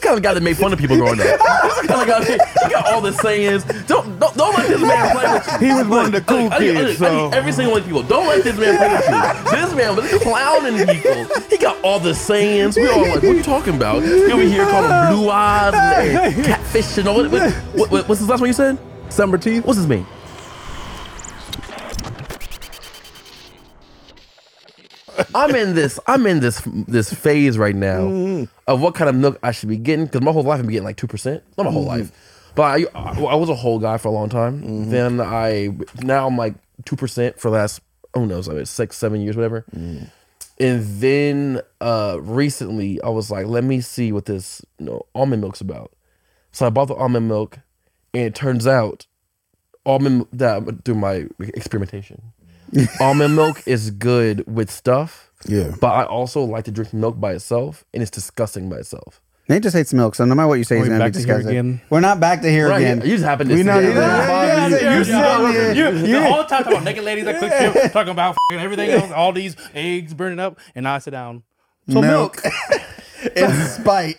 kind of guy that made fun of people growing up. He's the kind of guy that he got all the sayings. Don't, don't don't let this man play with you. He was one of the cool I need- I need- kids, I need so every single one of people. Don't let this man play with you. This man was clowning people. He got all the sayings. We all like, what are you talking about? Here we hear call him blue eyes and, and catfish and all. What, what, what, what- what's his last one you said? December teeth. What's his name? I'm in this. I'm in this this phase right now of what kind of milk I should be getting because my whole life I've been getting like two percent. Not my whole life, but I, I I was a whole guy for a long time. Then I now I'm like two percent for the last who knows like six seven years whatever. And then uh recently I was like, let me see what this you know, almond milk's about. So I bought the almond milk, and it turns out almond that through my experimentation, almond milk is good with stuff. Yeah. But I also like to drink milk by itself, and it's disgusting by itself. Nate just hates milk, so no matter what you say, Are he's we gonna be back to here disgusting. again? We're not back to here Right? again. You just happen to. We not yeah, either. Yeah, You- yeah, you- yeah, you- yeah. you- The whole time talking about naked ladies, I click you, talking about f***ing everything else, all these eggs burning up, and I sit down. So milk. In spite.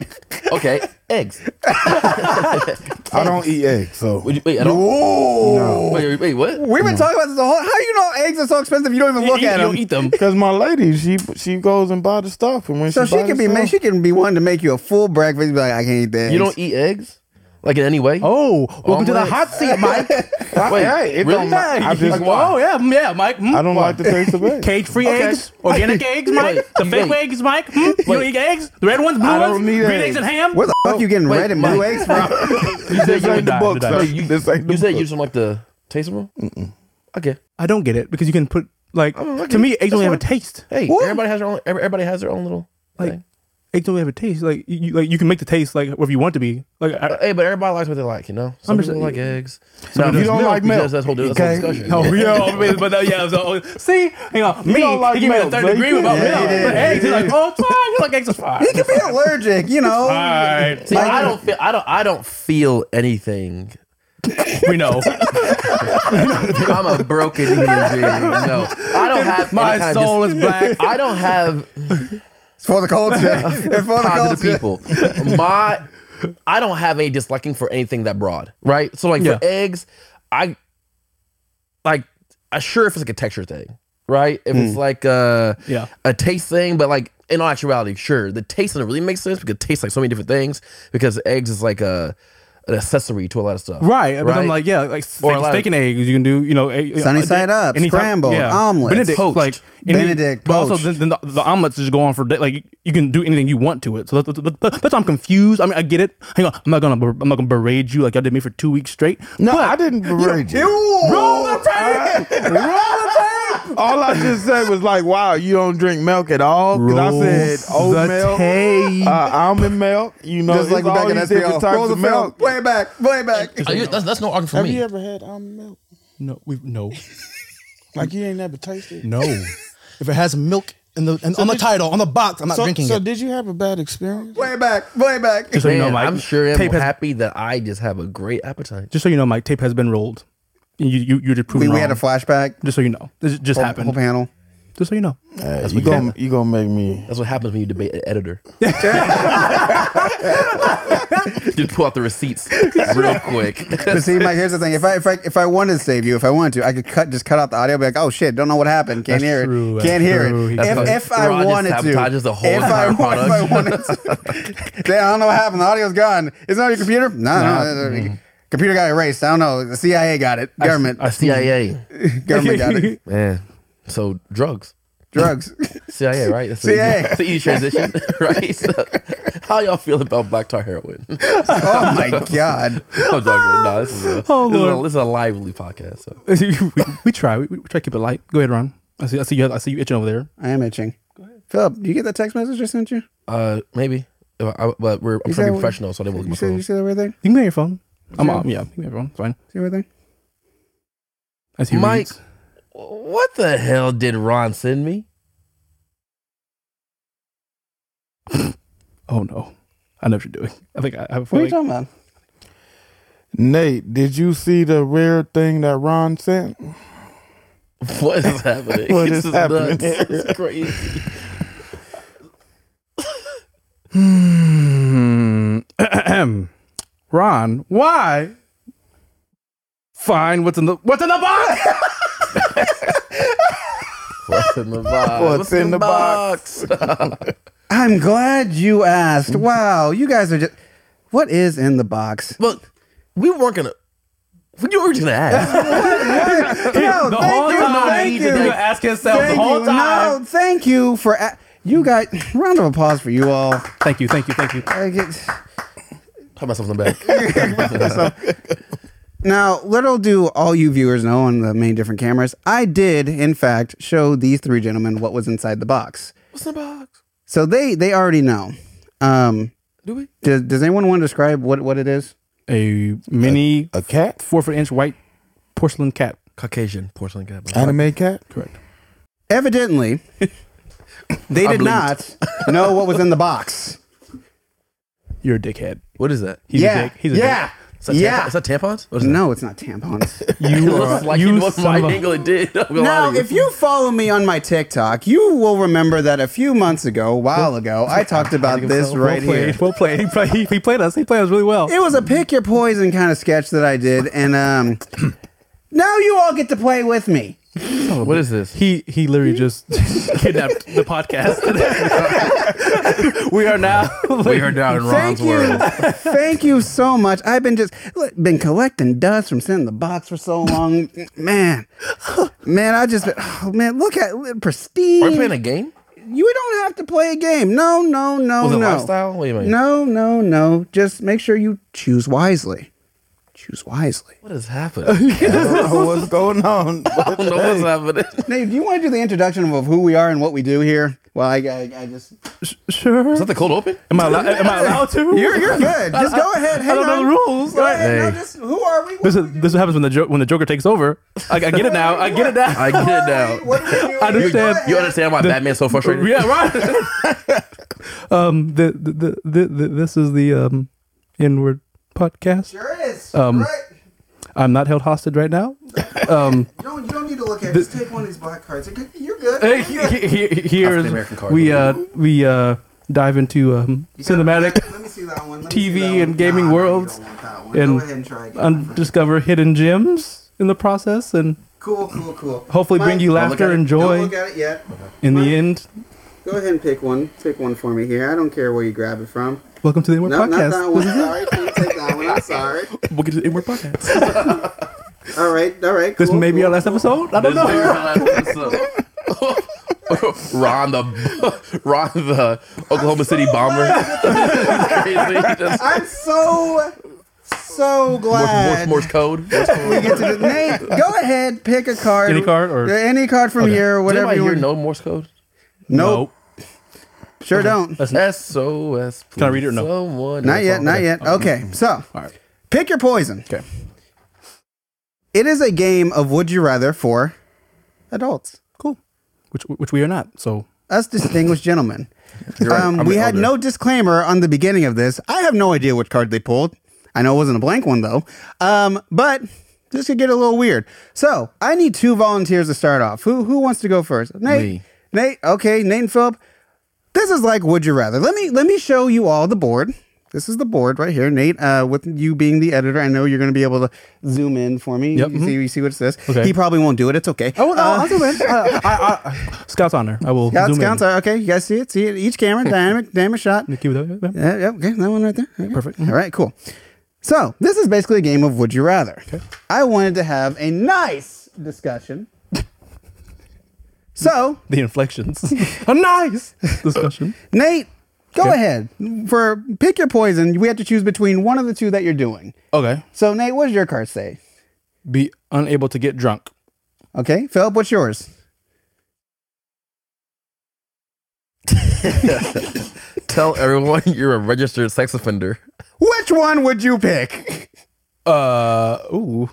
okay, eggs. I don't eat eggs, so Would you, wait, I don't. Ooh. Wait, wait, what? We've been talking about this the whole. How you know eggs are so expensive? You don't even look you, at you them. eat them. because my lady, she she goes and buy the stuff, and when so she, she buy could the be ma- stuff, she can be wanting to make you a full breakfast. Be like, I can't eat that. You don't eat eggs, like in any way. Oh, welcome to the Omelets. hot seat, Mike. wait, hey, it really? don't matter. I Like, just- why? oh yeah, mm, yeah, Mike. mm. I don't like the taste of eggs. Cage-free Okay. eggs, organic eggs, Mike. Wait, the fake wait. eggs, Mike. Mm? You don't Wait. eat eggs. The red ones, blue I don't ones, need green eggs. eggs. and ham. Where the fuck you getting wait, red and blue Mike. eggs from? You said This you, ain't the die, book, die. sir. Wait, you- This ain't the you said you book. just don't like the taste of them. Okay. I don't get it because you can put like Oh, okay. to me eggs That's only have a fine. taste. Hey, What? everybody has their own. every- Everybody has their own little. Like thing. eggs only have a taste. Like you- you like you can make the taste like whatever you want to be. Like I, Uh, Hey, but everybody likes what they like, you know. Some people Understand- like eggs. Some people don't like milk. That's, that's whole, that's whole Okay. discussion. No, yo, but- but that, Oh, yeah, so, uh, see, you know, me, don't like he gave me a milk, third Blake. degree about Yeah, milk, yeah, but yeah. eggs, he's like, oh, it's fine, you like eggs, it's fine. He could be allergic. You know. Alright, See, I don't feel. I don't. I don't feel anything. we know. I'm a broken human being. No, I don't have any My kind of soul is black. I don't have It's for the culture. It's for the positive culture. people. My, I don't have any disliking for anything that broad, right? So like Yeah. for eggs, I like. I sure if it's like a texture thing, right? If it's like uh Mm. Yeah. a taste thing, but like in all actuality, sure, the taste doesn't really make sense because it tastes like so many different things because eggs is like a an accessory to a lot of stuff. Right, but I'm Right? like, yeah, like Or steak, like- steak and eggs. You can do, you know, egg, Sunny uh, side up, any type- scrambled, omelets, Benedict, poached. like any- Benedict, But also, poached. then, then the, the omelets just go on for day. Like you can do anything you want to it. So that's, that's, that's why I'm confused. I mean, I get it. Hang on, I'm not gonna, ber- I'm not gonna berate you like y'all did me for two weeks straight. No, but I didn't berate you. Roll All I just said was like, "Wow, you don't drink milk at all." Because I said oat the milk, tape. uh, almond milk. You know, Just like it's back all in these SPL. different types Roll the of film. milk. Play it back. Play it back. Are you- that's, that's no argument for Have me. you ever had almond milk? No, we no, Like you ain't never tasted. it? no. if it has milk in the and on the title on the box, I'm not So, drinking so it. did you have a bad experience? Play it back. Play it back. just so you know, Man, Mike, I'm sure I'm tape has happy that I just have a great appetite. Just so you know, Mike, tape has been rolled. You you you just We, proven we had a wrong. flashback. Just so you know, this just Whole, happened. whole panel. Just so you know, Uh, you gonna you gonna make me? That's what happens when you debate an editor. Just pull out the receipts real quick. But see, Mike, here's the thing. If I if I if I wanted to save you, if I wanted to, I could cut just cut out the audio. Be like, oh shit, don't know what happened. Can't That's hear true, it. that's Can't hear true. it. That's If, like- if I Ron just wanted to, sabotages the whole if, I, entire wa- if I wanted to, Damn, I don't know what happened. The audio's gone. Is it on your computer? No, no. no, Mm-hmm. no. Computer got erased. I don't know. The CIA got it. Government. CIA. government got it. Man. So drugs. Drugs. CIA, right? That's CIA. The easy transition, right? So, how y'all feel about black tar heroin? I'm oh my god. joking. No, this is a, Oh, this is a- Lord. this is a lively podcast. So. we, we try. We, we try to keep it light. Go ahead, Ron. I see. I see you. I see you itching over there. I am itching. Philip, do you get that text message I sent you? Uh, maybe. Uh, I- but we're, I'm trying to You said- be professional, so I didn't look at You my see, you phone. see the weird thing? You can get your phone. I'm Yeah. on. Yeah, you can get your phone. It's fine. See the weird thing? I see. Mike. reads. What the hell did Ron send me? Oh no, I know what you're doing. I think I, I What are feel you like, talking about? Nate, did you see the rare thing that Ron sent? What is happening? What This is happening nuts. here? This is crazy. Hmm. Ahem. Ron, why? Fine. What's in the What's in the box? What's in the box? What's in the box? I'm glad you asked. Mm-hmm. Wow, you guys are just. What is in the box? Look, we weren't gonna. What you were gonna ask? no, the thank whole you, time thank he you. didn't even ask himself Thank the whole you. time. No, thank you for a- you guys. Round of applause for you all. Thank you. Thank you. Thank you. I get- Pat myself on the back. Now, little do all you viewers know on the many different cameras, I did in fact show these three gentlemen what was inside the box. What's in the box? So they they already know. Um, Do we? does, does anyone want to describe what what it is? A mini Uh, A cat? four foot inch white porcelain cat. Caucasian porcelain cat. Anime cat? Correct. Evidently, they did blinked. not know what was in the box. You're a dickhead. What is that? He's yeah, a dick. He's a yeah, Is that, yeah. tamp- is that tampons? What is that? no, it's not tampons. dick. You It looks are. like you you looked son my of a- angle. It did. I'm gonna lie Now, to you. if you follow me on my TikTok, you will remember that a few months ago, a while ago, I talked about this right well here. played. Well played. He, play, he, he played us. He played us really well. It was a pick your poison kind of sketch that I did, and um, now you all get to play with me. what is this? He he literally just kidnapped the podcast. we are now. We heard that in Thank Ron's you, world. thank you so much. I've been just look, been collecting dust from sitting in the box for so long, man. Man, I just oh, man, look at pristine. Are we playing a game? You don't have to play a game. No, no, no, Was it no. lifestyle? What do you mean? No, no, no. Just make sure you choose wisely. Choose wisely. What is happening? Oh, what's going on? I don't know what's happening. Nate, do you want to do the introduction of who we are and what we do here? Well, I, I, I just sure. Is that the cold open? Am I allowed? Am I allowed to? you're you're good. Just go ahead. Hang don't know on. the rules. Go ahead. Hey. No, just who are we? What This do is we do? this is what happens when the jo- when the Joker takes over. I, I get it now. I get it now. I get Who it are we? now. What do we do? I understand. You understand why Batman's so frustrated? yeah, right. um, the, the, the, the, the this is the um inward podcast. Sure is. Um, right. I'm not held hostage right now. You Um, don't, you don't need to look at it. Just take one of these black cards. You're good. You're good. he- he- he- he- here's African card. we uh we uh dive into um cinematic Let me see that one. Let me see TV that one. and gaming Nah, nah, you worlds don't want that one. and- go ahead and try again. and discover hidden gems in the process and cool, cool, cool. hopefully bring Mike, you look at laughter it. and Don't joy look at it yet. in the end. Go ahead and pick one. Pick one for me here. I don't care where you grab it from. Welcome to the Inward No, not that one. Podcast. Sorry, can't take that one. I'm sorry. We'll get to the Inward Podcast. All right, all right. This cool, may be cool. our last episode. I don't Oh, know. Ron the Ron the Oklahoma City bomber. Crazy. Just I'm so so Morse, glad Morse code. Morse code. we get to the Nate. Go ahead, pick a card. Any card or- any card from here or Does whatever anybody you here want. know Morse code? nope, sure don't. That's SOS. Can I read it or no? Someone Not yet, not yet. Okay, so right. pick your poison. Okay. It is a game of would you rather for adults, cool. Which which we are not. So us distinguished gentlemen. Um, I'm we an had elder. no disclaimer on the beginning of this. I have no idea which card they pulled. I know it wasn't a blank one though. Um, but this could get a little weird. So I need two volunteers to start off. Who who wants to go first? Nate. Me. Nate. Okay. Nate and Philip. This is like would you rather. Let me let me show you all the board. This is the board right here, Nate. Uh, with you being the editor, I know you're going to be able to zoom in for me. Yep, You mhm. see, you see what it says. Okay. He probably won't do it. It's okay. oh, no, I'll zoom in. I, I, I, Scout's honor. I will Scouts, zoom scouts. in. are- Okay, you guys see it. See it. Each camera, dynamic, dynamic shot. Uh, Keep it up, yeah. Yeah, yeah, okay, that one right there. Okay. perfect. All right, cool. So this is basically a game of Would You Rather. I wanted to have a nice discussion. so The inflections. a nice discussion. Nate, go Okay. ahead for pick your poison. We have to choose between one of the two that you're doing. Okay. So Nate, what does your card say? Be unable to get drunk. Okay, Philip, what's yours? Tell everyone you're a registered sex offender. Which one would you pick? Uh. Ooh.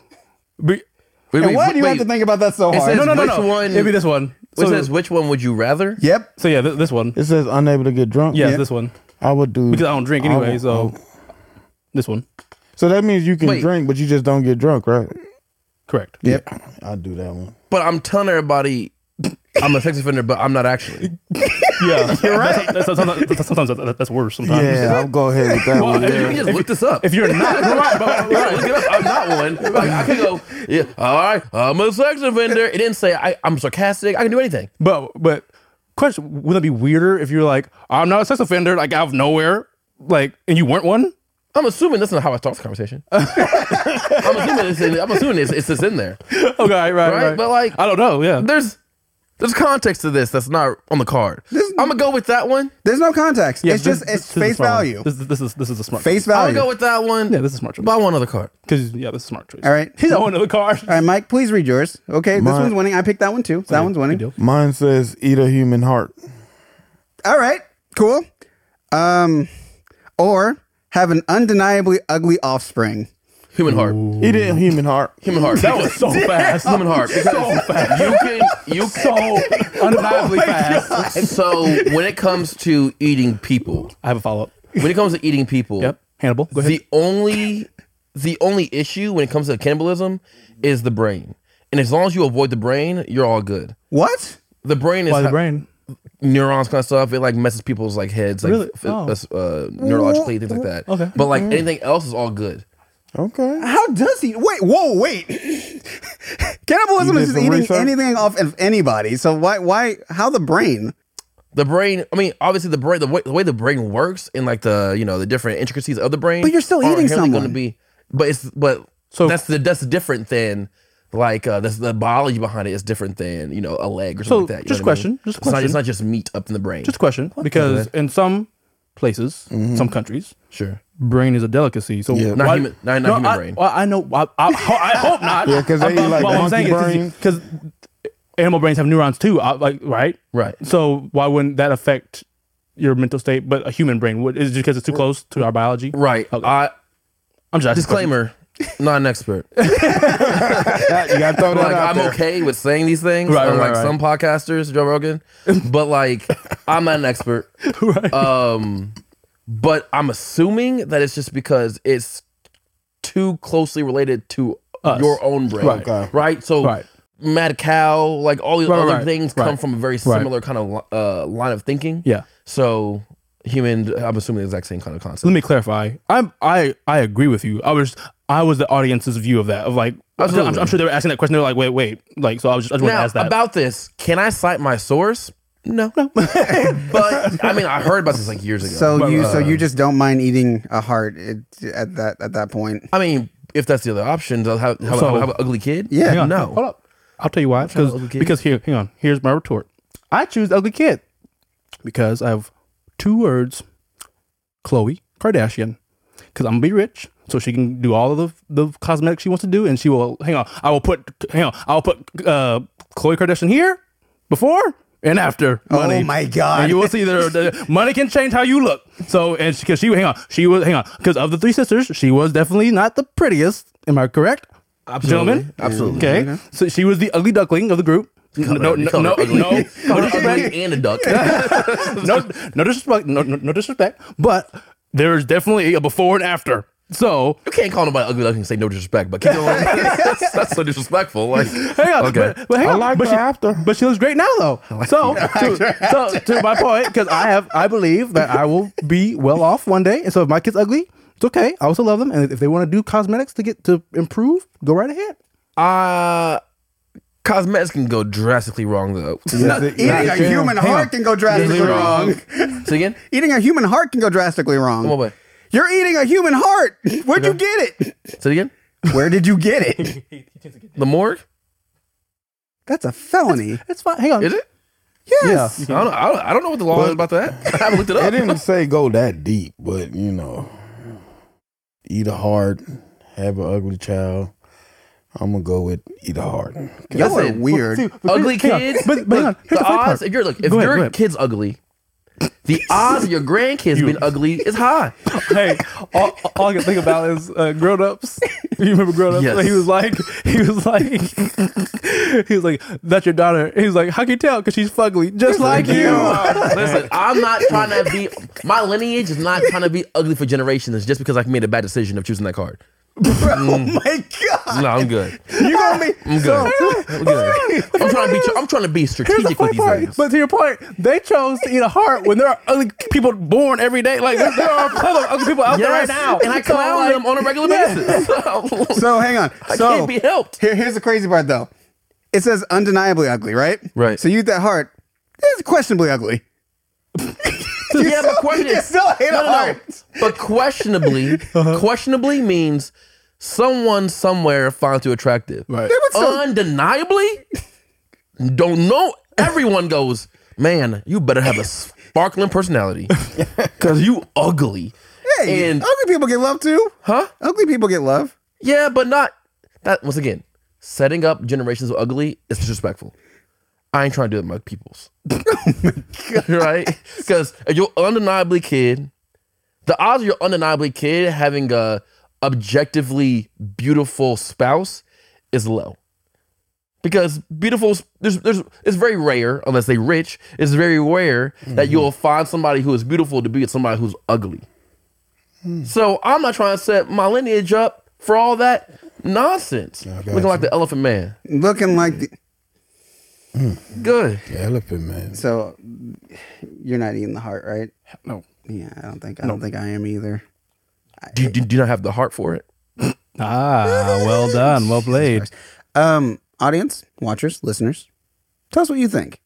Be, Wait, And wait, why do you wait. have to think about that so It hard? says- no, no, no, no. Which one- It'd be this one. Which So, says which one would you rather? yep. so yeah, th- this one. It says unable to get drunk. Yeah, Yeah. this one. I would do. Because I don't drink I anyway, would- so this one. So that means you can Wait. drink, but you just don't get drunk, right? Correct. Yep. I'd do that one. But I'm telling everybody I'm a sex offender, but I'm not actually. Yeah, you're right. That's, that's, that's, that's, sometimes that- that's worse. Sometimes. Yeah, I'll go ahead with that Well, one. if you can Yeah. just look this up. If you're not, right, but- right, look it up. I'm not one. Like, I can go, yeah, all right, I'm a sex offender. It didn't say I, I'm sarcastic. I can do anything. but but question, wouldn't it be weirder if you're like, I'm not a sex offender, like out of nowhere, like, and you weren't one? I'm assuming that's not how I start the conversation. I'm assuming it's, in, I'm assuming it's, it's just in there. Okay, right, right, Right, but, like- I don't know. Yeah, There's there's context to this that's not on the card. I'm gonna go with that one. There's no context. yeah it's this- just this- it's this is a face smart one. value. This, this is this is a smart Face I'll go value. with that one. Yeah, this is a smart choice. Buy one other card. Because yeah, this is a smart choice. All right. he's on another card. All right, Mike, please read yours. Okay, this Mine- one's winning. I picked that one too. So that one's winning. deal. Mine says eat a human heart. All right, cool. Um, or have an undeniably ugly offspring. Human heart. Eat a human heart. Human heart. That was so fast. Human heart. so fast. You can you can, So Oh undeniably fast. so when it comes to eating people, I have a follow up. when it comes to eating people, Yep. Hannibal, go ahead. the only the only issue when it comes to cannibalism is the brain. And as long as you avoid the brain, you're all good. What? The brain is By the ho- brain. neurons kind of stuff. It like messes people's like heads, like Really? f- Oh. uh, uh, neurologically things like that. Okay. Mm-hmm. but like anything else is all good. Okay. How does he? Wait, whoa, wait. Cannibalism You is did just some eating research? anything off of anybody. So why? Why? How the brain? The brain. I mean, obviously the brain. The way, the way the brain works and like the you know the different intricacies of the brain. But you're still aren't eating inherently someone. be, but it's but So- so that's the that's different than. Like uh, this, the biology behind it is different than you know a leg or something So, like that. you know just what I mean? question, just It's not- question. it's not just meat up in the brain. Just a question, because in some places, Mm-hmm. some countries, sure. brain is a delicacy. So Not human- not- not no, human I, brain. Well, I know. I, I, I hope not. Yeah, 'cause they eat, like, monkey brain. because animal brains have neurons too. I, like right, Right. So why wouldn't that affect your mental state? But a human brain would is it just because it's too close to our biology. Right. Okay. I, I'm just asking disclaimer. Not an expert. You gotta throw that like out I'm there. okay with saying these things, Right, right, unlike right. some podcasters, Joe Rogan. but like, I'm not an expert. Right. Um, but I'm assuming that it's just because it's too closely related to Us. your own brain, Right. right? Okay. So. Right. Mad cow, like all these Right, other right, things, right. come from a very similar kind of uh, line of thinking. Yeah. So human, I'm assuming the exact same kind of Let concept. me clarify. I'm I I agree with you. I was I was the audience's view of that of like. I'm, Absolutely. I'm sure they were asking that question. They were like, wait, wait, like. So I was just I just want to Now ask that. about this, can I cite my source? No, no. but I mean, I heard about this like years ago. So you? uh, so you just don't mind eating a heart it, at that at that point? I mean, if that's the other option, they'll have, have, So- have, an ugly kid. Yeah. Hang on, no. Hold up. I'll tell you why. trying to Because ugly kid. because here, hang on. Here's my retort. I choose ugly kid because I have two words: Chloe Kardashian. Because I'm gonna be rich, so she can do all of the, the cosmetics she wants to do, and she will. Hang on. I will put. Hang on. I'll put uh, Chloe Kardashian here before and after money. Oh my god! And you will see that the money can change how you look. So, and because she, hang on, she was, hang on, because of the three sisters, she was definitely not the prettiest. Am I correct? Absolutely. Gentlemen? Absolutely. Okay. So she was the ugly duckling of the group. No, no, You no, call no, her ugly. no, You call her ugly and a duck. no, no disrespect, no, no, no disrespect, but there's definitely a before and after. So, You can't call nobody ugly duck and say no disrespect, but keep going. that's, that's so disrespectful. Like, hang on, okay. but, but hang I on, like but the she, after. but she looks great now though. So, to, so to my point, because I have, I believe that I will be well off one day, and so if my kid's ugly, it's okay. I also love them, and if they want to do cosmetics to get to improve, go right ahead. Uh, cosmetics can go drastically wrong, though. Yes, it- Eating yes, a it can. human heart can go drastically wrong. Say again? Eating a human heart can go drastically wrong. Come on, wait. You're eating a human heart. Where'd you get it? Say again? Where did you get it? The morgue? That's a felony. It's fine. Hang on. Is it? Yes. I don't, know, I, don't, I don't know what the law is about that. I haven't looked it It up. didn't say go that deep, but you know, eat a heart, have an ugly child. I'm gonna go with eat a heart. Y'all are Listen, weird. ugly Hang on. kids. But, but hang on. Look, Here's the, the, funny odds. part. If you're look, if Go ahead, your go ahead. kid's ugly, the odds of your grandkids being ugly is high. hey, all, all I can think about is uh, grown ups. You remember grown ups? Yes. He was like, he was like, he was like, that's your daughter. He was like, how can you tell? Because she's fugly, just like you. Listen, I'm not trying to be. My lineage is not trying to be ugly for generations just because I made a bad decision of choosing that card. Mm. Bro, oh my god. No, I'm good. You gonna be I'm good. I'm good. I'm trying to be. I'm trying to be Here's the strategic with funny these part. things. But to your point, they chose to eat a heart when there are ugly people born every day. Like there, there are a ton of ugly people out there right Yes, now, and I So, clown like, them on a regular yeah. basis. So, So hang on. I so can't be helped. Here, here's the crazy part though. It says undeniably ugly, right? Right. So you eat that heart. It's questionably ugly. yeah, but question you still hate no, on no, no. art. But questionably, questionably means someone somewhere finds you attractive. Right. Um, Undeniably, don't know. Everyone goes, man. You better have a sparkling personality because you ugly. Hey, oh, And- ugly people get love too. Huh? Ugly people get love. Yeah, but not that. Once again, setting up generations of ugly is disrespectful. I ain't trying to do it with my peoples. right? Because if you're undeniably kid, the odds of your undeniably kid having a objectively beautiful spouse is low. Because beautiful, there's, there's, it's very rare, unless they rich, it's very rare that you'll find somebody who is beautiful to be with somebody who's ugly. So I'm not trying to set my lineage up for all that nonsense. got Looking like the elephant man. Looking like the, Good. The elephant man. so you're not eating the heart, right? No, Yeah, I don't think I don't think I am either. Do you, do you not have the heart for it? Ah, well done, well played. Um, audience, watchers, listeners, tell us what you think.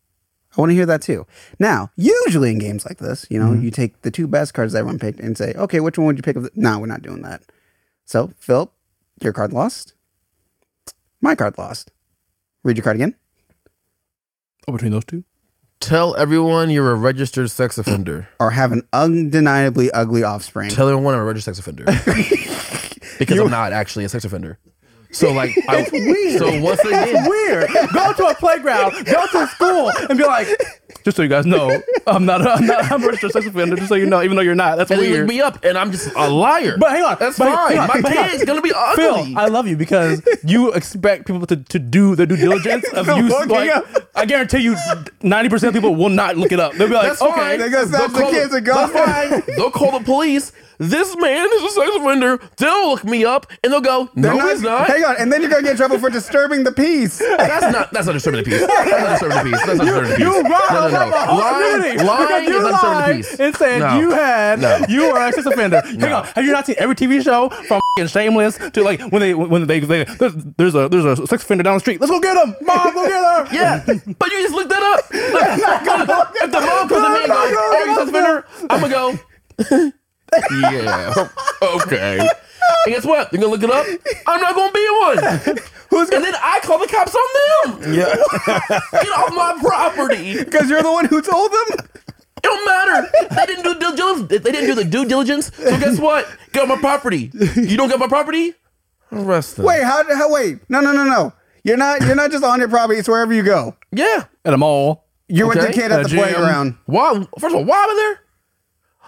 I want to hear that too. Now, usually in games like this, you know, Mm-hmm. you take the two best cards that everyone picked and say, okay, which one would you pick? Of the-? Nah, we're not doing that. So, Phil, your card lost. My card lost. Read your card again. Oh, between those two, Tell everyone you're a registered sex offender. Or have an undeniably ugly offspring. Tell everyone I'm a registered sex offender. because I'm not actually a sex offender. So like I, so once again, weird. Go to a playground, go to a school, and be like, just so you guys know, I'm not, I'm not, I'm a registered sex offender. Just so you know, even though you're not, that's and they weird. look me up and I'm just a liar. But hang on, That's but hang- fine. hang on, My but hang on. kid's gonna be ugly. Phil, I love you because you expect people to, to do their due diligence of They're you. looking Like, up. I guarantee you, ninety percent of people will not look it up. They'll be like, That's okay, fine. They go snatch the call kids and go. That's fine. They'll call the police. This man is a sex offender. They'll look me up and they'll go, They're no, he's not. Hang on, and then you're gonna get in trouble for disturbing the peace. That's not that's not disturbing the peace. That's not disturbing the peace. That's not disturbing the peace. You lied No, no, no. about the whole Lying, community lying oh, because is you not disturbing lied the peace. and said No. you had No. you were a sex offender. Hang on, uh, have you not seen every TV show from fing Shameless to like when they when they, they there's, there's a there's a sex offender down the street. Let's go get him, mom. Go get her. Yeah, but you just looked that up. Like, if the mom comes at me and goes, "Oh, you're a sex offender," I'm gonna go. yeah. Okay. And guess what? You're gonna look it up. I'm not gonna be one. Who's And gonna? then I call the cops on them. Yeah. Get off my property. It Because you're the one who told them. don't matter. They didn't do due diligence. They didn't do the due diligence. So guess what? Get on my property. You don't get my property. Arrest them. Wait, how? How? Wait, no, no, no, no. You're not. You're not just on your property. It's wherever you go. Yeah. At a mall. You're with the Okay, kid at a the gym. playground. Why? First of all, why am I there?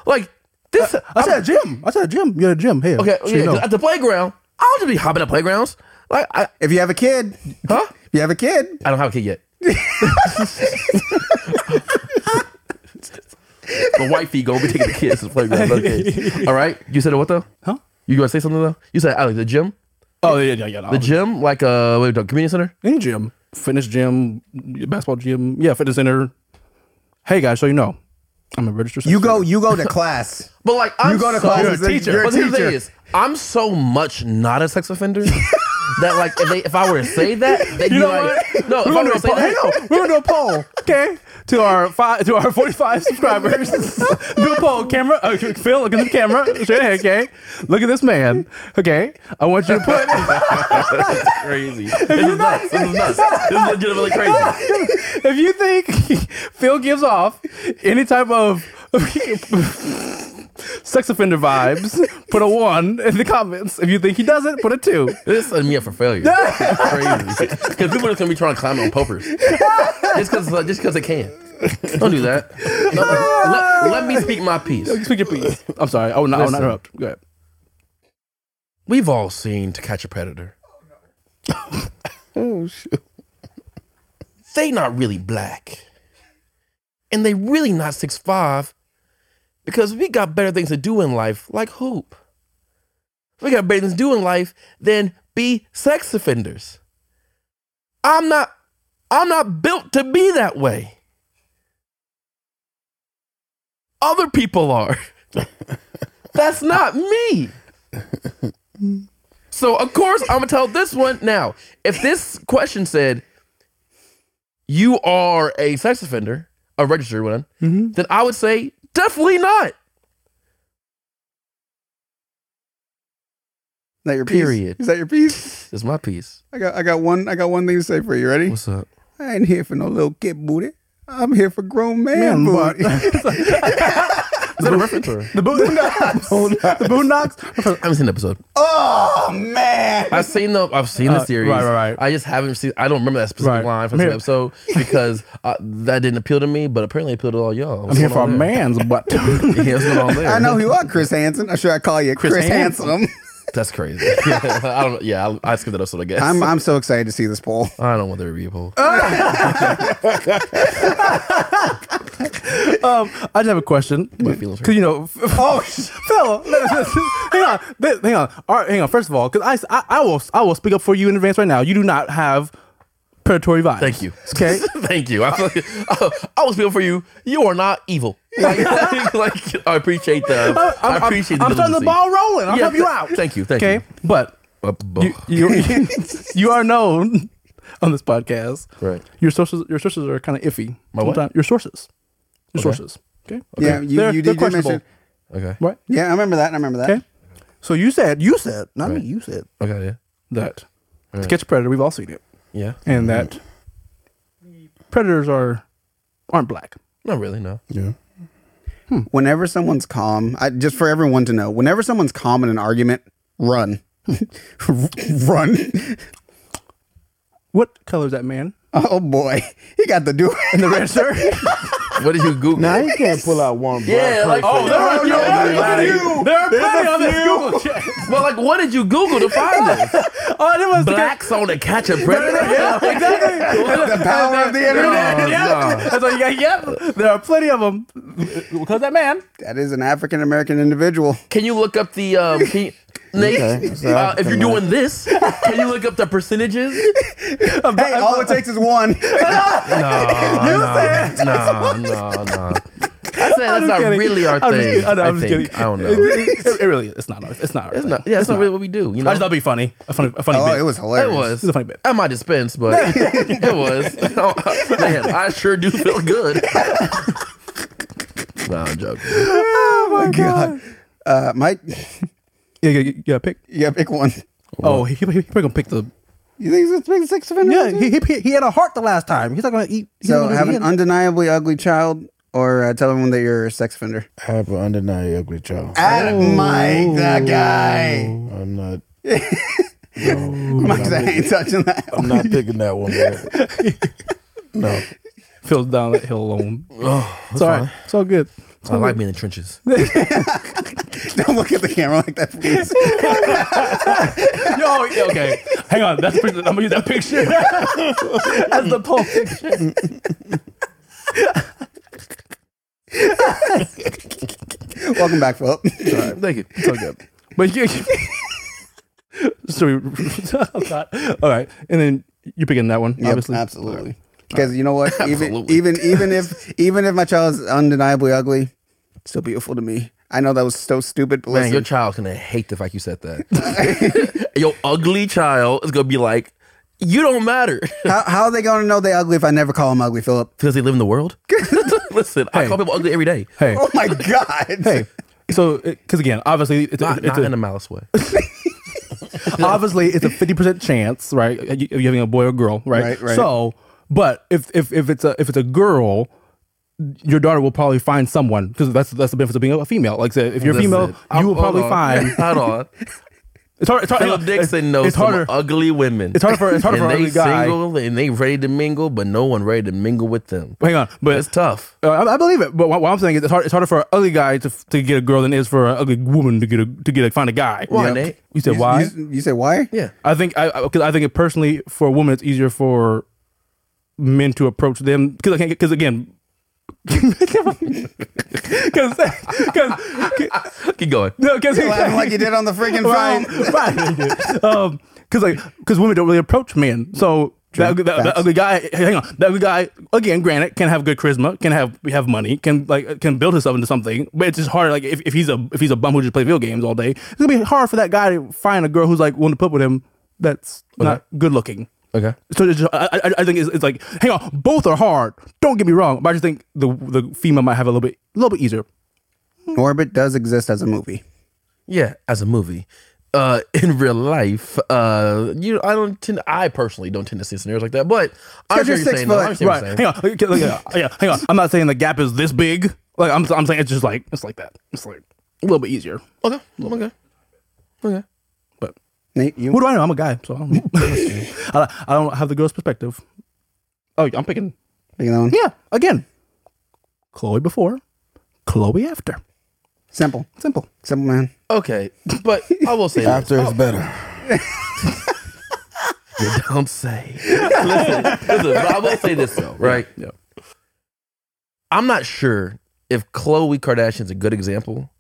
Like this. I said a gym. I said a gym. You had a gym. Hey, Okay, so yeah, you know. 'cause at the playground, I don't just be hopping at playgrounds. Like, I, If you have a kid, if huh? you have a kid, I don't have a kid yet. the wifey gonna be taking the kids to the playground. no kids. All right, you said what though? Huh? You gonna say something though? You said Alex, the gym, Oh yeah, yeah, yeah. no, the gym, like uh, what, the community center. Any gym, fitness gym, basketball gym, yeah, fitness center. Hey guys, so you know, I'm a registered. sex you go. offender. You go to class. But like, I'm You go to so, classes. You're a teacher. You're a But here's the teacher. thing is, I'm so much not a sex offender that like if, they, if I were to say that, they'd be You know like, what? no, we're if I were gonna do to a say poll. Hang that, on, we're gonna do a poll, okay? To our five, to our forty-five subscribers, do a poll. Camera, uh, Phil, look at the camera. Straight ahead, okay? Look at this man, okay? I want you to put. crazy. This is nuts. This is nuts. This is legitimately crazy. if you think Phil gives off any type of sex offender vibes, put a one in the comments. If you think he doesn't, put a two. This setting me up for failure. It's crazy. Because people are just gonna be trying to climb on poppers just because uh, just because they can. Don't do that. No, no. Let, let me speak my piece. Speak your piece. I'm sorry. I will not, I will not Listen. interrupt. Go ahead. We've all seen To Catch a Predator. Oh shit. They not really black, and they really not six five, because we got better things to do in life, like hoop. we got better things to do in life than be sex offenders. I'm not I'm not built to be that way. Other people are. That's not me. So of course I'm gonna tell this one now. If this question said you are a sex offender, a registered one, Mm-hmm. then I would say definitely not. that your piece? Period. Is that your piece? It's my piece. I got I got one I got one thing to say for you. Ready? What's up? I ain't here for no little kid booty. I'm here for grown man, Man, booty. Is that a reference or? The Boondocks. the Boondocks. I haven't seen the episode. oh man. I've seen the I've seen the Uh, series. right, right, right. I just haven't seen. I don't remember that specific Right. line from the I'm here- episode because uh, that didn't appeal to me. But apparently, it appealed to all y'all. I'm here for a man's butt. Yeah, what's going on there? I know who you are, Chris Hansen. Or should I call you Chris, Hansen. Handsome? That's crazy. I don't. Yeah, I, I skipped that episode. I guess. I'm I'm so excited to see this poll. I don't want there to be a poll. Um, I just have a question. feelings hurt. Because you know, oh, fella, let- let- hang on, let- hang on, All right, hang on. First of all, because I, s- I, I will, I will speak up for you in advance right now. You do not have predatory vibes. Thank you. Okay. Thank you. I, feel like- I, I was feeling for you. You are not evil. Like, like, I appreciate the. I, I, I'm, appreciate. I'm, I'm starting the diligency. ball rolling. I'll Yeah, help you th- out. Thank you. Thank okay, you. but Uh, bo- you, you, you are known on this podcast. Right. Your sources, your sources are kind of iffy. My what? Sometimes- Your sources, your sources. Okay. Yeah, you, you They're- they're did you mention. questionable. okay. Right. Yeah, I remember that. I remember that. Okay. So you said, you said, not Right. me. You said Okay. Yeah. that to catch a predator, we've all seen it, Yeah. and that predators are aren't black. Not really. No. Yeah. Whenever someone's calm, I, just for everyone to know, whenever someone's calm in an argument, run, run. What color is that man? Oh boy, he got the dude in the red shirt. What did you Google? Now you can't pull out one. Yeah, like oh, there are, no, there no, are no, plenty. There are plenty on this Google check. But like, what did you Google to find this? Oh, there was Blacks on the catch a predator. yeah, the power of the internet. yeah. That's all you got. Yep. There are plenty of them. What color is that man? That is an African American individual. Can you look up the um? Can you, Nate, Okay, so uh, if you're African doing this, can you look up the percentages? Hey, all it takes is one. No, no, no. I said that's I'm not kidding. really our I'm just thing. kidding. I I know, I'm just think. kidding. I don't know. It, it really, it's not. It's not. Our It's thing. not. Yeah, it's not really what we do. You know, I just thought it'd be funny. A funny, a funny Oh, bit. it was It hilarious. was. It's a funny bit. At my dispense, but it was. Oh, Man, I sure do feel good. no, I'm joking. Oh my god. Uh, Mike, Yeah, yeah, yeah. Pick. you gotta pick one. Oh, he, he, he probably gonna pick the. You think it's a big six offender? Yeah, he, he, he had a heart the last time. He's not gonna eat. he's So not gonna have eat an undeniably ugly child, or uh, tell everyone that you're a sex offender. I have an undeniable ugly child. Ah. Adam Mike, that guy. I'm not. Mike's I ain't touching that. I'm not picking that one. Man. No. Phil's down that hill alone. it's all right. It's all good. It's Oh, I all like good. being in the trenches. Don't look at the camera like that, please. Yo, yeah, okay. Hang on. That's pretty, I'm gonna use that picture as the poll picture. Welcome back, Philip. Thank you. It's all good. But you. so we. oh God. All right, and then you picking that one, Yep, obviously. absolutely. Because you know what? Even Absolutely. even even if even if my child is undeniably ugly, still beautiful to me. I know that was so stupid, but Man, your listen, child's gonna hate the fact you said that. your ugly child is gonna be like, you don't matter how, how are they going to know they ugly if I never call them ugly, Philip? because they live in the world. Listen, I Hey. call people ugly every day. Hey, Oh my god! hey. So, because again, obviously, it's, a- Not, it's not a, in a malice way. obviously it's a 50% chance right of you having a boy or girl right? Right, right. so but if, if if it's a if it's a girl your daughter will probably find someone because that's that's the benefit of being a female like say, if you're a female Listen, I'm- you will hold probably on. find Hold on. it's hard it's hard Philip Dixon knows it's some harder ugly women. it's harder for it's harder and for an they ugly guy single and they ready to mingle, but no one ready to mingle with them. hang on but It's tough. uh, I, I believe it, but what, what I'm saying is it's, hard, it's harder for an ugly guy to, to get a girl than it is for an ugly woman to get a to get a, find a guy. Why, Nate? You said You- why? You, you say why? Yeah. I think I because I think it personally for a woman it's easier for men to approach them because I can't because again Because, Keep going. no, because laughing like you did on the freaking right, phone. right. Um, because like, because women don't really approach men. So that, ugly- that, that ugly guy, hang on, that ugly guy again. Granted, can have good charisma, can have have money, can like can build himself into something. But it's just hard. Like if, if he's a if he's a bum who just plays video games all day, it's gonna be hard for that guy to find a girl who's like willing to put with him. That's not good looking. Okay. So it's just, I, I, I think it's, it's like, hang on, both are hard. Don't get me wrong, but I just think the the female might have a little bit a little bit easier. Orbit does exist as a movie. Yeah, as a movie. Uh, in real life, uh, you I don't tend I personally don't tend to see scenarios like that, but I you're understand what you're six saying. though. foot. I understand what you're right. saying. Hang on. Okay, okay, yeah, yeah, hang on. I'm not saying the gap is this big. Like I'm, I'm saying it's just like it's like that. It's like a little bit easier. Okay. Okay. Okay. But Nate, you what do I know? I'm a guy, so I don't, I, I don't have the girl's perspective. Oh, I'm picking. you know, Yeah, again, Chloe before, Chloe after. simple, Simple. simple man. Okay. But I will say this. After it's better. Don't say. listen, listen, but I will say this though, right? Yeah. I'm not sure if Khloe Kardashian's a good example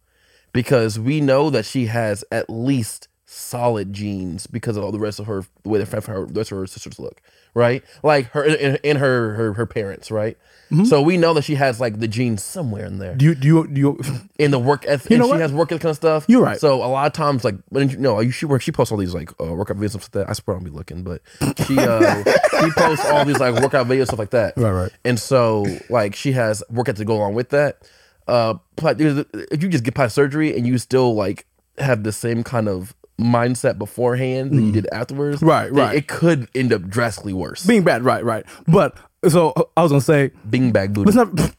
because we know that she has at least solid genes because of all the rest of her the way the, her, the rest of her sisters look, right? Like her and, and her, her her parents, right? Mm-hmm. So we know that she has like the genes somewhere in there Do you? Do you? Do you? in the work ethic. You know and what? she has work ethic kind of stuff. You're right. So a lot of times, like, when you know, you she work. She posts all these like uh, workout videos and stuff like that. I swear I don't be looking, but she uh, she posts all these like workout videos stuff like that. Right, right. And so like she has work ethic to go along with that. Uh, but there's- if you just get past surgery and you still like have the same kind of mindset beforehand that you did afterwards, Mm. Right, then right. It could end up drastically worse. Being bad. Right. Right. But so I was gonna say Bing bag booty. let's not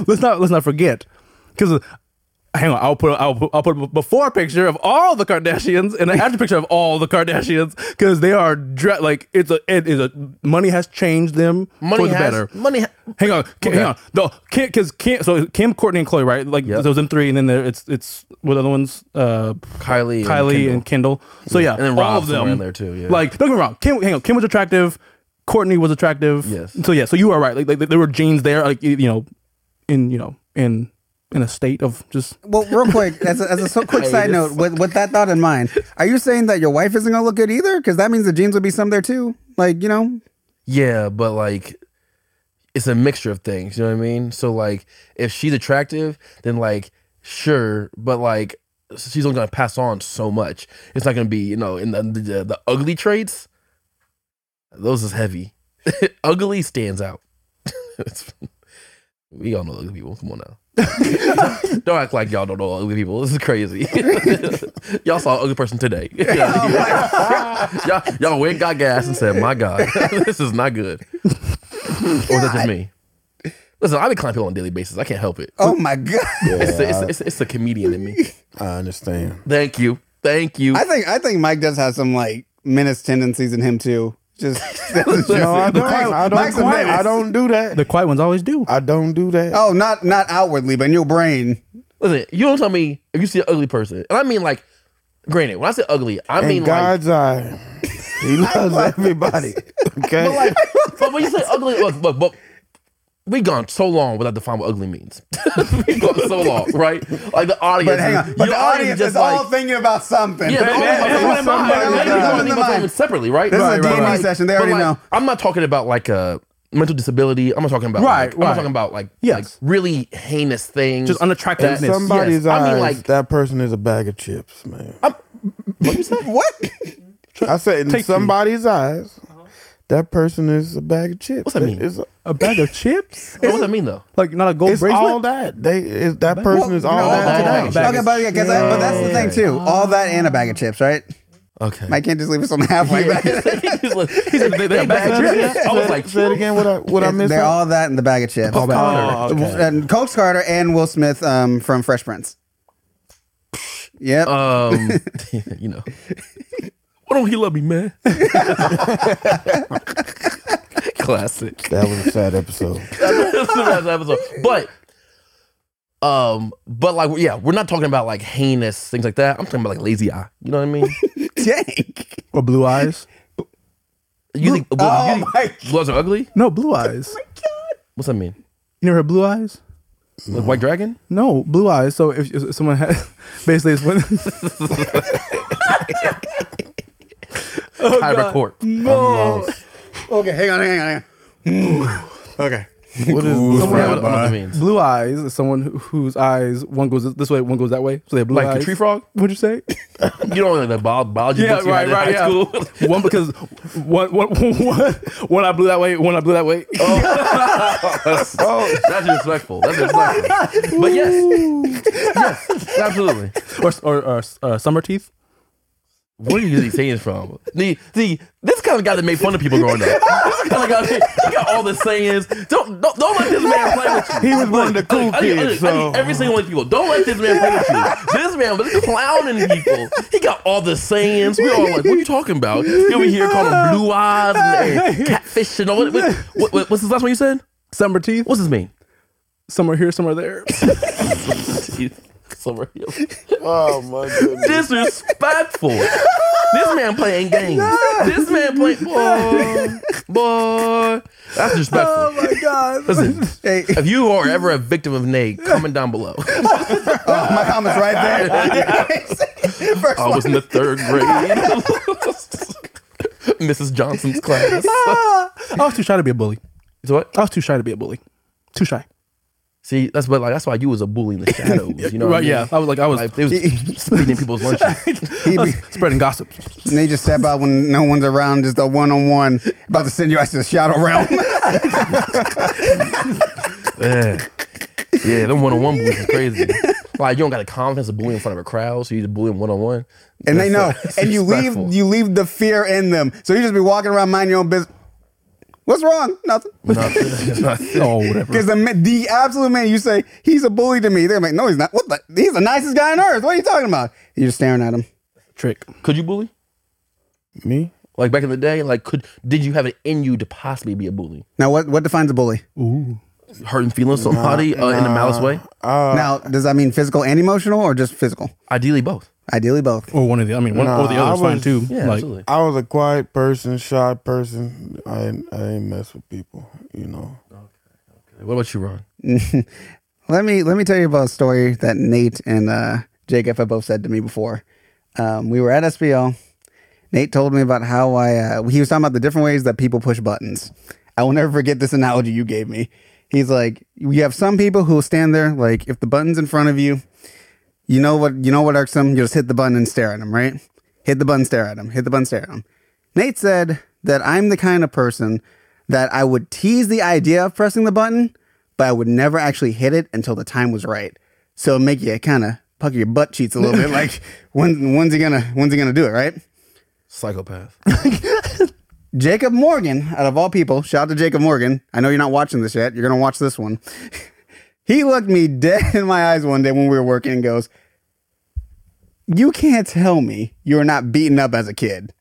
let's not let's not forget because hang on i'll put I'll, put- I'll put a before picture of all the kardashians and an after picture of all the kardashians because they are dre- like it's a it is a money has changed them money for the has better money. Ha- Hang on, Ki- hang on. No, Kim, because Kim, so Kim, Courtney, and Chloe, right? Like Yep. those in three, and then there, it's it's what other ones? Uh, Kylie and Kylie, and Kendall. So yeah, And then all Rob of somewhere them in there, too, yeah. Like, don't get me wrong. Kim, hang on. Kim was attractive. Courtney was attractive. Yes. So yeah, so you are right. Like, like there were genes there. Like you you know, in you know in in a state of just Well, real quick, as a, as a so quick hate side it note, with, with that thought in mind, are you saying that your wife isn't gonna look good either? Because that means the jeans would be some there too. Like you know, Yeah, but like it's a mixture of things, you know what I mean? So like if she's attractive, then like sure, but like she's only gonna pass on so much. It's not gonna be, you know, in the the, the ugly traits, those is heavy. ugly stands out. It's- we all know ugly people. Come on now. don't act like y'all don't know ugly people. This is crazy. y'all saw an ugly person today. y'all, y'all went, got gas, and said, "My God, this is not good." or is that just me? Listen, I be clowning people on a daily basis. I can't help it. oh my god. It's, the, it's, it's, it's the comedian in me. I understand. Thank you, thank you. I think I think Mike does have some like menace tendencies in him too. Just No, I don't. Mike's- I don't, Mike's a menace. I don't do that. the quiet ones always do. I don't do that. Oh, not not outwardly, but in your brain. Listen, you don't tell me if you see an ugly person, and I mean like, granted, when I say ugly, I In mean like, God's eye, He loves everybody. Okay. but when you say ugly, look, look, but we gone so long without defining what ugly means. we gone so long, right? Like the audience, But hang on, your but the audience is just all thinking about something. Yeah, but yeah, yeah, all of them are separate. somebody else Maybe knows. one of them Never are mind. separately, right? This is a Right, right, D&D right. session. They But, already like, know. I'm not talking about like a mental disability. I'm not talking about Right, like, I'm not right. talking about like Yes. like really heinous things. Just unattractiveness. That- Somebody's yes. I eyes, mean, like- that person is a bag of chips, man. What? I said, in Take three. somebody's eyes, Uh-huh. that person is a bag of chips. What's that mean? It's, A bag of chips, What does that mean though? like not a gold it's bracelet. all that. They is that person is all No, bag that. to of them. chips. Okay, but, yeah, 'cause I, but that's the thing too. All that and a bag of chips, right? Okay. Mike can't just leave us on half like he that. said he said they, they Back back to up. chips. I was like, Say it again. What I what I missed? They're all that and the bag of chips. uh, Connor. And Coach Carter and Will Smith um, from Fresh Prince. Yep. um, you know, why don't he love me, man? Classic. that was a sad episode. That's the last episode. But um, but like yeah, we're not talking about like heinous things like that. I'm talking about like lazy eye. You know what I mean? Dang. or blue eyes. You think, you Oh think my gloves are ugly? No, blue eyes. What's that mean? You never had blue eyes? Like White Dragon? No, blue eyes. So if, if someone had basically it's when Tyra Court. no, Okay, hang on, hang on, hang on. okay. What is I blue don't know what that rabbi? means. blue eyes is someone who, whose eyes one goes this way, one goes that way. So they have blue Like eyes. the tree frog? What'd you say? You don't know the bio- biology books you had in high school. one because one, one, one, one I blew that way, one I blew that way. oh, that's disrespectful. That's disrespectful. but yes, yes, absolutely. Or, or, or uh, summer teeth. Where are you really saying this from? The, the, this kind of guy that made fun of people growing up. This kind of guy that he got all the sayings. Don't, don't, don't let this man play with you. He was one of the cool I need, I need- kids, I need so every single one of people. Don't let this man play with you. This man was clowning people. He got all the sayings. We all like, what are you talking about? Here over here calling blue eyes and, and catfish and all. What, what, what- what's this last one you said? Summer teeth. What's this mean? Somewhere here, somewhere there. Somewhere else. Oh my goodness. Disrespectful. this man playing games. This man playing boy, boy. That's disrespectful. my god. Listen, Hey, if you are ever a victim of Nate, comment down below. oh, my comment's right there. First I was in the third grade. Mrs. Johnson's class. I was too shy to be a bully. So what? I was too shy to be a bully. Too shy. See, that's but like that's why you was a bully in the shadows. You know, right? Yeah. I was like, I was Like, they was speeding people's lunches. he be, spreading gossip. and they just step out when no one's around, just a one on one, about to send you out to the shadow realm. yeah, yeah. Them one on one bullies is crazy. Like you don't got the confidence to bully in front of a crowd, so you just bully them one on one. and they know. and you leave disrespectful. you leave the fear in them. So you just be walking around minding your own business. What's wrong? Nothing. Oh, whatever. Because the ma- the absolute man you say he's a bully to me, they're like, no, he's not. What the? He's the nicest guy on earth. What are you talking about? You're just staring at him. Trick. Could you bully? Me? Like back in the day, like could did you have it in you to possibly be a bully, Now, what what defines a bully? hurting feelings somebody uh, in a malice way? Uh, now, does that mean physical and emotional, or just physical? Ideally, both. Ideally, both. Or one of the. I mean, one Nah, or the I other is fine was- too. Yeah, Like, absolutely. I was a quiet person, shy person. I didn't, I didn't mess with people, you know. What about you, Ron? Let me let me tell you about a story that Nate and uh, Jacob have both said to me before. Um, we were at SBL. Nate told me about how I uh, he was talking about the different ways that people push buttons. I will never forget this analogy you gave me. He's like, you have some people who will stand there like if the button's in front of you, you know what you know what irks them. You just hit the button and stare at them, right? Hit the button, stare at them. Hit the button, stare at them. Nate said that I'm the kind of person that I would tease the idea of pressing the button, but I would never actually hit it until the time was right. So it'd make you kind of pucker your butt cheeks a little bit, like when when's he gonna when's he gonna do it, right? Psychopath. Jacob Morgan, out of all people, shout out to Jacob Morgan. I know you're not watching this yet. You're going to watch this one. he looked me dead in my eyes one day when we were working and goes, You can't tell me you were not beaten up as a kid.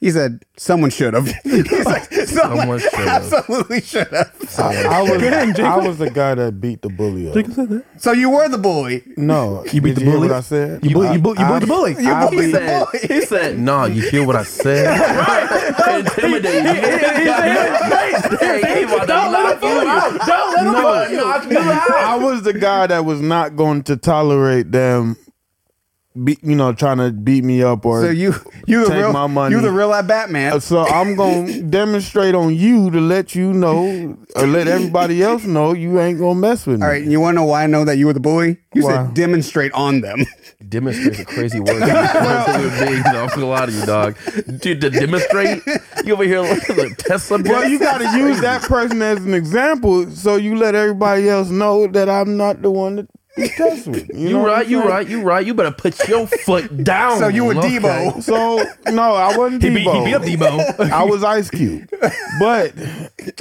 He said, Someone should have. He's like, Someone, Someone should have." absolutely should have. I, I was I was the guy that beat the bully up. Jacob said that. So you were the bully. No, you beat did the you hear bully? What I said? You bully- you bully- you I- bullied the I- bully. I You bullied He beat- the said, he said, nah, you hear what I said? Intimidate you. Hey, hey, why Don't let him out. Don't let him knock you out. I was the guy that was not going to tolerate them, be, you know, trying to beat me up or. So you, you the Take real, my money. you the real at Batman. so I'm gonna demonstrate on you to let you know, or let everybody else know you ain't gonna mess with me. All right, and you want to know why I know that you were the bully? You Why? said demonstrate on them. Demonstrate's a crazy word. I'm not gonna lie to you, dog. Dude, to demonstrate, you over here like a test subject. Well, you got to use that person as an example, so you let everybody else know that I'm not the one to be touched with. You, know You what right, I'm you saying? right, you right. You better put your foot down. So Oh, you were okay? Debo. So no, I wasn't He Debo. beat, he beat up Debo. I was Ice Cube, but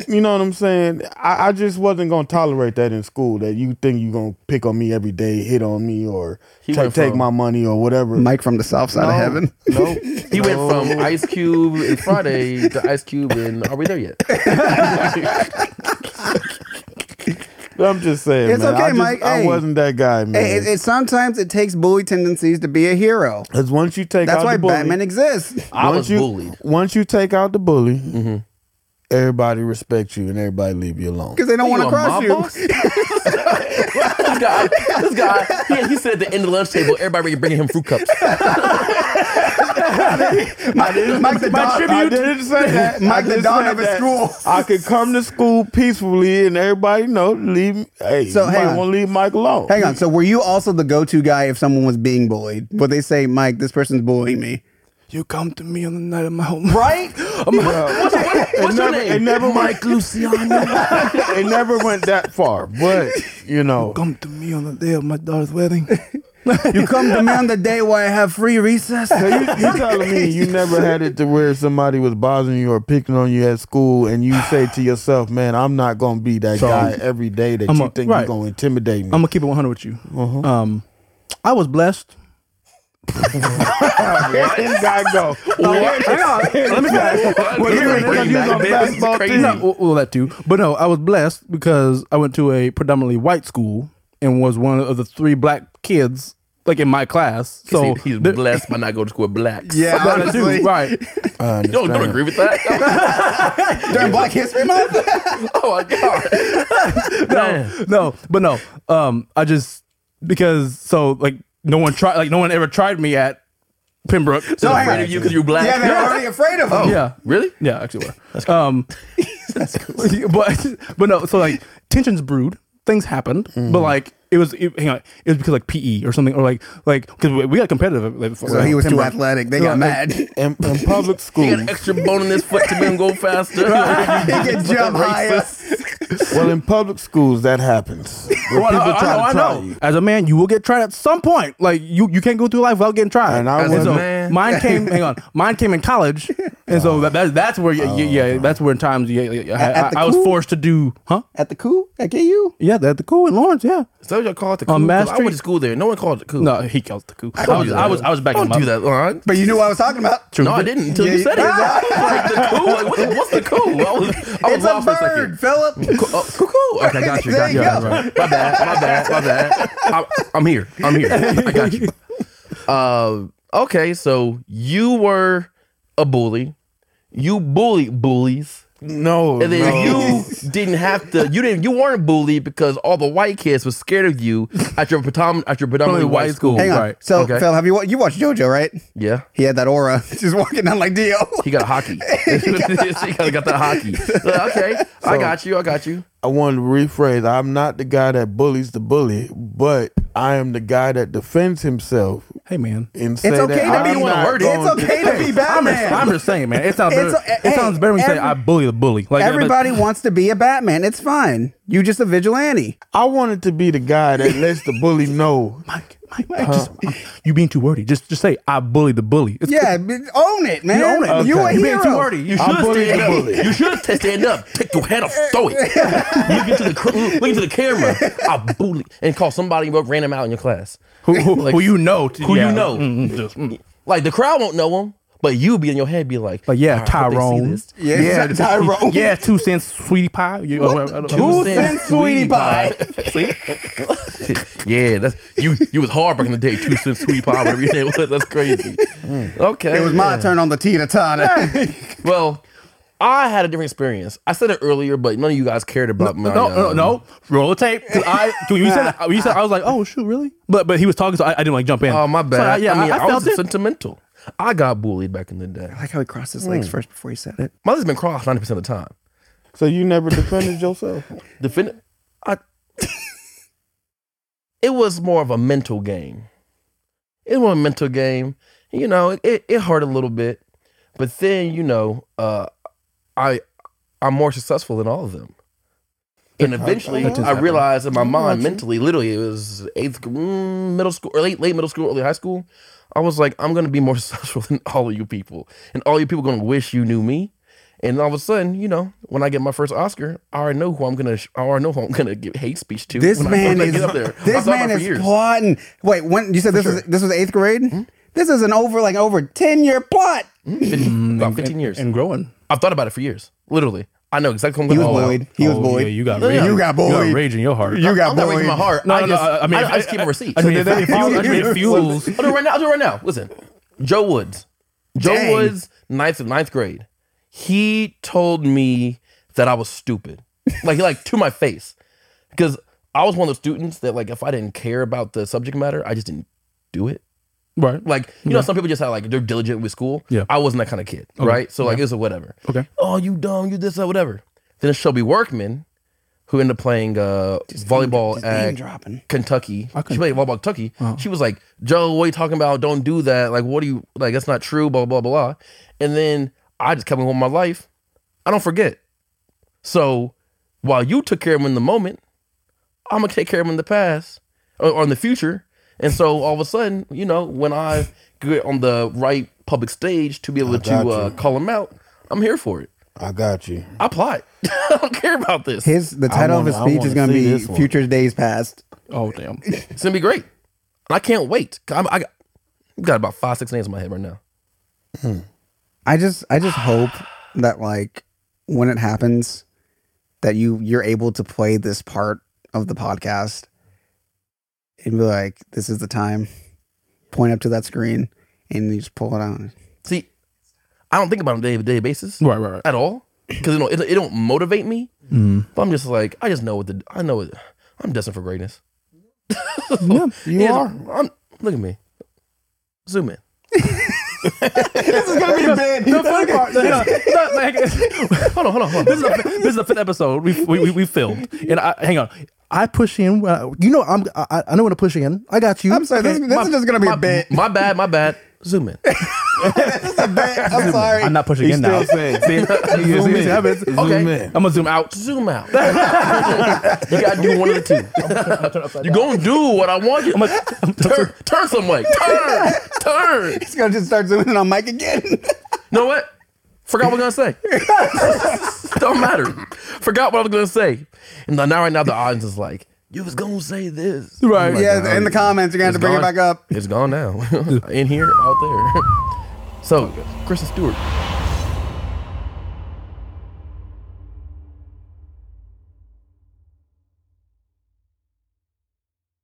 you know what I'm saying. I, I just wasn't gonna tolerate that in school. That you think you gonna pick on me every day, hit on me, or He ta- went take from- my money or whatever. Mike from the south side No, of heaven. No, He went from Ice Cube in Friday to Ice Cube in Are We There Yet? I'm just saying. It's man. okay, I just- Mike. I Hey. wasn't that guy, man. Mm-hmm. It, it, it- sometimes it takes bully tendencies to be a hero. Cause once you take That's out why the bully, Batman exists. I once was you, bullied. Mm-hmm. Once you take out the bully, everybody respect you and everybody leave you alone. because they don't want to a cross mob you. boss? this guy, this guy, he, he said at the end of the lunch table, everybody bringing him fruit cups. Mike, Mike the I- Don, I didn't say that. I Mike the didn't Don say of his that. school. I could come to school peacefully and everybody know leave. me- Hey, So, so you hang might on. want to leave Mike alone. Hang on. So were you also the go-to guy if someone was being bullied? Would they say, Mike, this person's bullying me? You come to me on the night of my home. Right? What's, what, what's your never- name? it never Mike Luciano. it never went that far, but you know, Come to me on the day of my daughter's wedding. you come to me on the day where I have free recess? so you, you telling me you never had it to where somebody was bothering you or picking on you at school, and you say to yourself, "Man, I'm not gonna be that So, guy every day that I'm you a- think right. you're gonna intimidate me." I'm gonna keep it 100 with you. Uh-huh. Um, I was blessed. this guy go. Hang on, let me finish. Well, You're you ain't gonna bringing use back on the this. This is basketball crazy. team. No, well, well, that too. But no, I was blessed because I went to a predominantly white school and was one of the three black kids like in my class. So So he's the- blessed by not going to school with blacks. Yeah, that I do, honestly. right. I You don't, don't understand. agree with that? During Black History Month? oh my god. Man. no, but no. Um, I just because so like no one tried like no one ever tried me at Pembroke. So hang afraid on. of you because you're black. Oh, yeah, they're already afraid of him. yeah. Really? Yeah, actually were. um, but but no, so like tensions brewed, things happened, but like it was it, hang on, it was because like PE or something or like like because we, we got competitive. Like, So he was too athletic. They got mad. he In, in public He schools, got an extra bone in his foot to make him go faster. can jump higher. well, in public schools, that happens. Where Well, I, people I try know, to I try know. you. As a man, you will get tried at some point. Like you, you can't go through life without getting tried. And I And was- so Man. mine came. hang on, mine came in college, and so that, that that's where yeah, yeah, yeah, that's where in times yeah, yeah, yeah, I, At- at the I- I was cool? forced to do huh? At the coup? At KU? Yeah, that the cool in Lawrence. Yeah, Is that what y'all call it the coup? On Mass 'Cause I went to Street? school there. No one called it the coup. no, he calls the cool. I Don't was, do I that. was I was backing Don't him do up. that, Lauren. But you knew what I was talking about. Ah! No, I didn't until Yeah, you you- said it. like the coup. Like, what's, what's the coup? I was, I was It's a lost for a second. bird, Philip. Cu- oh, cuckoo. Okay, got you. Got There you you. go. Right. My bad. My bad. My bad. I'm, I'm here. I'm here. I got you. Uh, okay, so you were a bully. You bullied bullies. No, And then no. you didn't have to. You didn't. You weren't bullied because all the white kids were scared of you at your predominant at your predominantly white white school. school. Hang on. Right. So, Okay. Phil, have you wa- you watched JoJo, right? Yeah, He had that aura, just walking down like Dio. he got hockey. he got, got the hockey. Okay, I got you. I got you. I want to rephrase. I'm not the guy that bullies the bully, but I am the guy that defends himself Hey man, and say It's okay that to I'm be not worded. going It's okay to be I'm just, I'm Batman. just saying, man. It sounds better, It's a- it hey, sounds better when you say every- I bully the bully. Like Everybody wants to be a Batman. It's fine. You just a vigilante. I wanted to be the guy that lets the bully know. Mike, Mike, Mike, just, you being too wordy. Just just say I bully the bully. It's, Yeah, b- own it, man. You own it. You a Okay. You being hero. too wordy. I You should bullied stand the up. bully. You should t- stand up. Take your head off. Throw it. look into the cr- look into the camera. I bully and call somebody random out in your class. who, who, Like- who you know? to- Who you yeah. know. Mm, just, mm. Like the crowd won't know him, but you be in your head be like, Like, yeah, "All right, I hope they see Tyrone. this." Yeah, Tyrone. Yeah, two cents, sweetie pie. You, uh, I don't- Two cents, sweetie yeah, that's you. You was hard back in the day. Two cents sweetie pie, whatever your name was. That's crazy. Okay, It was my turn on the Tina Tana. Well, I had a different experience. I said it earlier, but none of you guys cared about my. No, no, um, no. Roll the tape. 'Cause I, when you said, when you said, I was like, oh shoot, really? But but he was talking, so I, I didn't like jump in. Oh my So, bad. I, yeah, I mean, I, felt was it. sentimental. I got bullied back in the day. like how he crossed his legs first before he said it. My leg's been crossed ninety percent of the time. So you never defended yourself. Defend. I. it was more of a mental game. It was a mental game. You know, it, it, it hurt a little bit, but then you know, uh, I I'm more successful than all of them. And eventually, That does I happen. realized in my mind, Gotcha. mentally, literally, it was eighth, mm, middle school, or late, late middle school, early high school. I was like, I'm gonna be more successful than all of you people, and all you people gonna wish you knew me. And all of a sudden, you know, when I get my first Oscar, I already know who I'm gonna. sh- I already know who I'm gonna give hate speech to. This when I- man when I is get up there. I this thought about man it for is years. plotting. Wait, when you said this was this was eighth grade? This is an over like over ten year plot. Fifteen- about 15 years. Mm, and growing. I've thought about it for years. Literally, I know exactly. What He was I'm gonna bullied. He was Oh, bullied. Yeah, you got No, rage. yeah. You got You bullied. got rage in your heart. You got I'm not raising my bullied. heart. No, I no, just, no, I mean, I, if- I just keep a receipt. I mean, if I'll it fuels, I mean, if it fuels. do it right now. I'll do it right now. Listen, Joe Woods. Joe Dang. Woods, ninth ninth grade. He told me that I was stupid. Like like to my face. Because I was one of those students that like if I didn't care about the subject matter, I just didn't do it. Right. Like, you know, some people just have like they're diligent with school. Yeah. I wasn't that kind of kid. Right. So like it was a whatever. Okay. Oh, you dumb, you this, that, whatever. Then it's Shelby Workman, who ended up playing uh volleyball uh, at dropping. Kentucky. She played volleyball at Kentucky. Uh-huh. She was like, Joe, what are you talking about? Don't do that. Like, what do you like? That's not true. Blah blah blah. And then I just kept on with my life. I don't forget. So while you took care of him in the moment, I'm gonna take care of him in the past or, or in the future. And so all of a sudden, you know, when I get on the right public stage to be able got to uh, you. call him out, I'm here for it. I got you. I plot. I don't care about this. His the title wanna- of his I speech wanna is going to see be this one. "Future Days Past." Oh damn. It's gonna be great. I can't wait. I'm, I got, got about five, six names in my head right now. I just I just hope that like when it happens, that you you're able to play this part of the podcast and be like, "This is the time." Point up to that screen and you just pull it out. See, I don't think about it on a day to day basis Right. Right. Right. at all because it don't, it, it don't motivate me. But I'm just like, I just know what the I know. What, I'm destined for greatness. You Yeah, are. I'm, look at me. Zoom in. This is gonna be a band. The funny part, you know, no, like, Hold on, hold on, hold on. this, is the, this is the fifth episode we we, we, we filmed, and I hang on. I push in. Uh, you know, I'm. I, I know when to push in. I got you. I'm sorry. This, Okay, this my- is just gonna be a my, bit. my bad, my bad. Zoom in. I'm sorry. I'm not pushing He's in now. still saying. See, see, Zoom see, in. see, happens. Zoom Okay, in. I'm gonna zoom out. Zoom out. you gotta do one of the two. you gonna do what I want you. turn, turn some way. Turn, turn. He's gonna just start zooming in on Mike again. You know what? Forgot what I was gonna say. Don't matter. Forgot what I was gonna say. And now, now right now, the audience is like, "You was gonna say this, Right. yeah, in the comments, you're gonna have to bring it gone. back up. It's gone now. In here, out there. So, Kristen Stewart.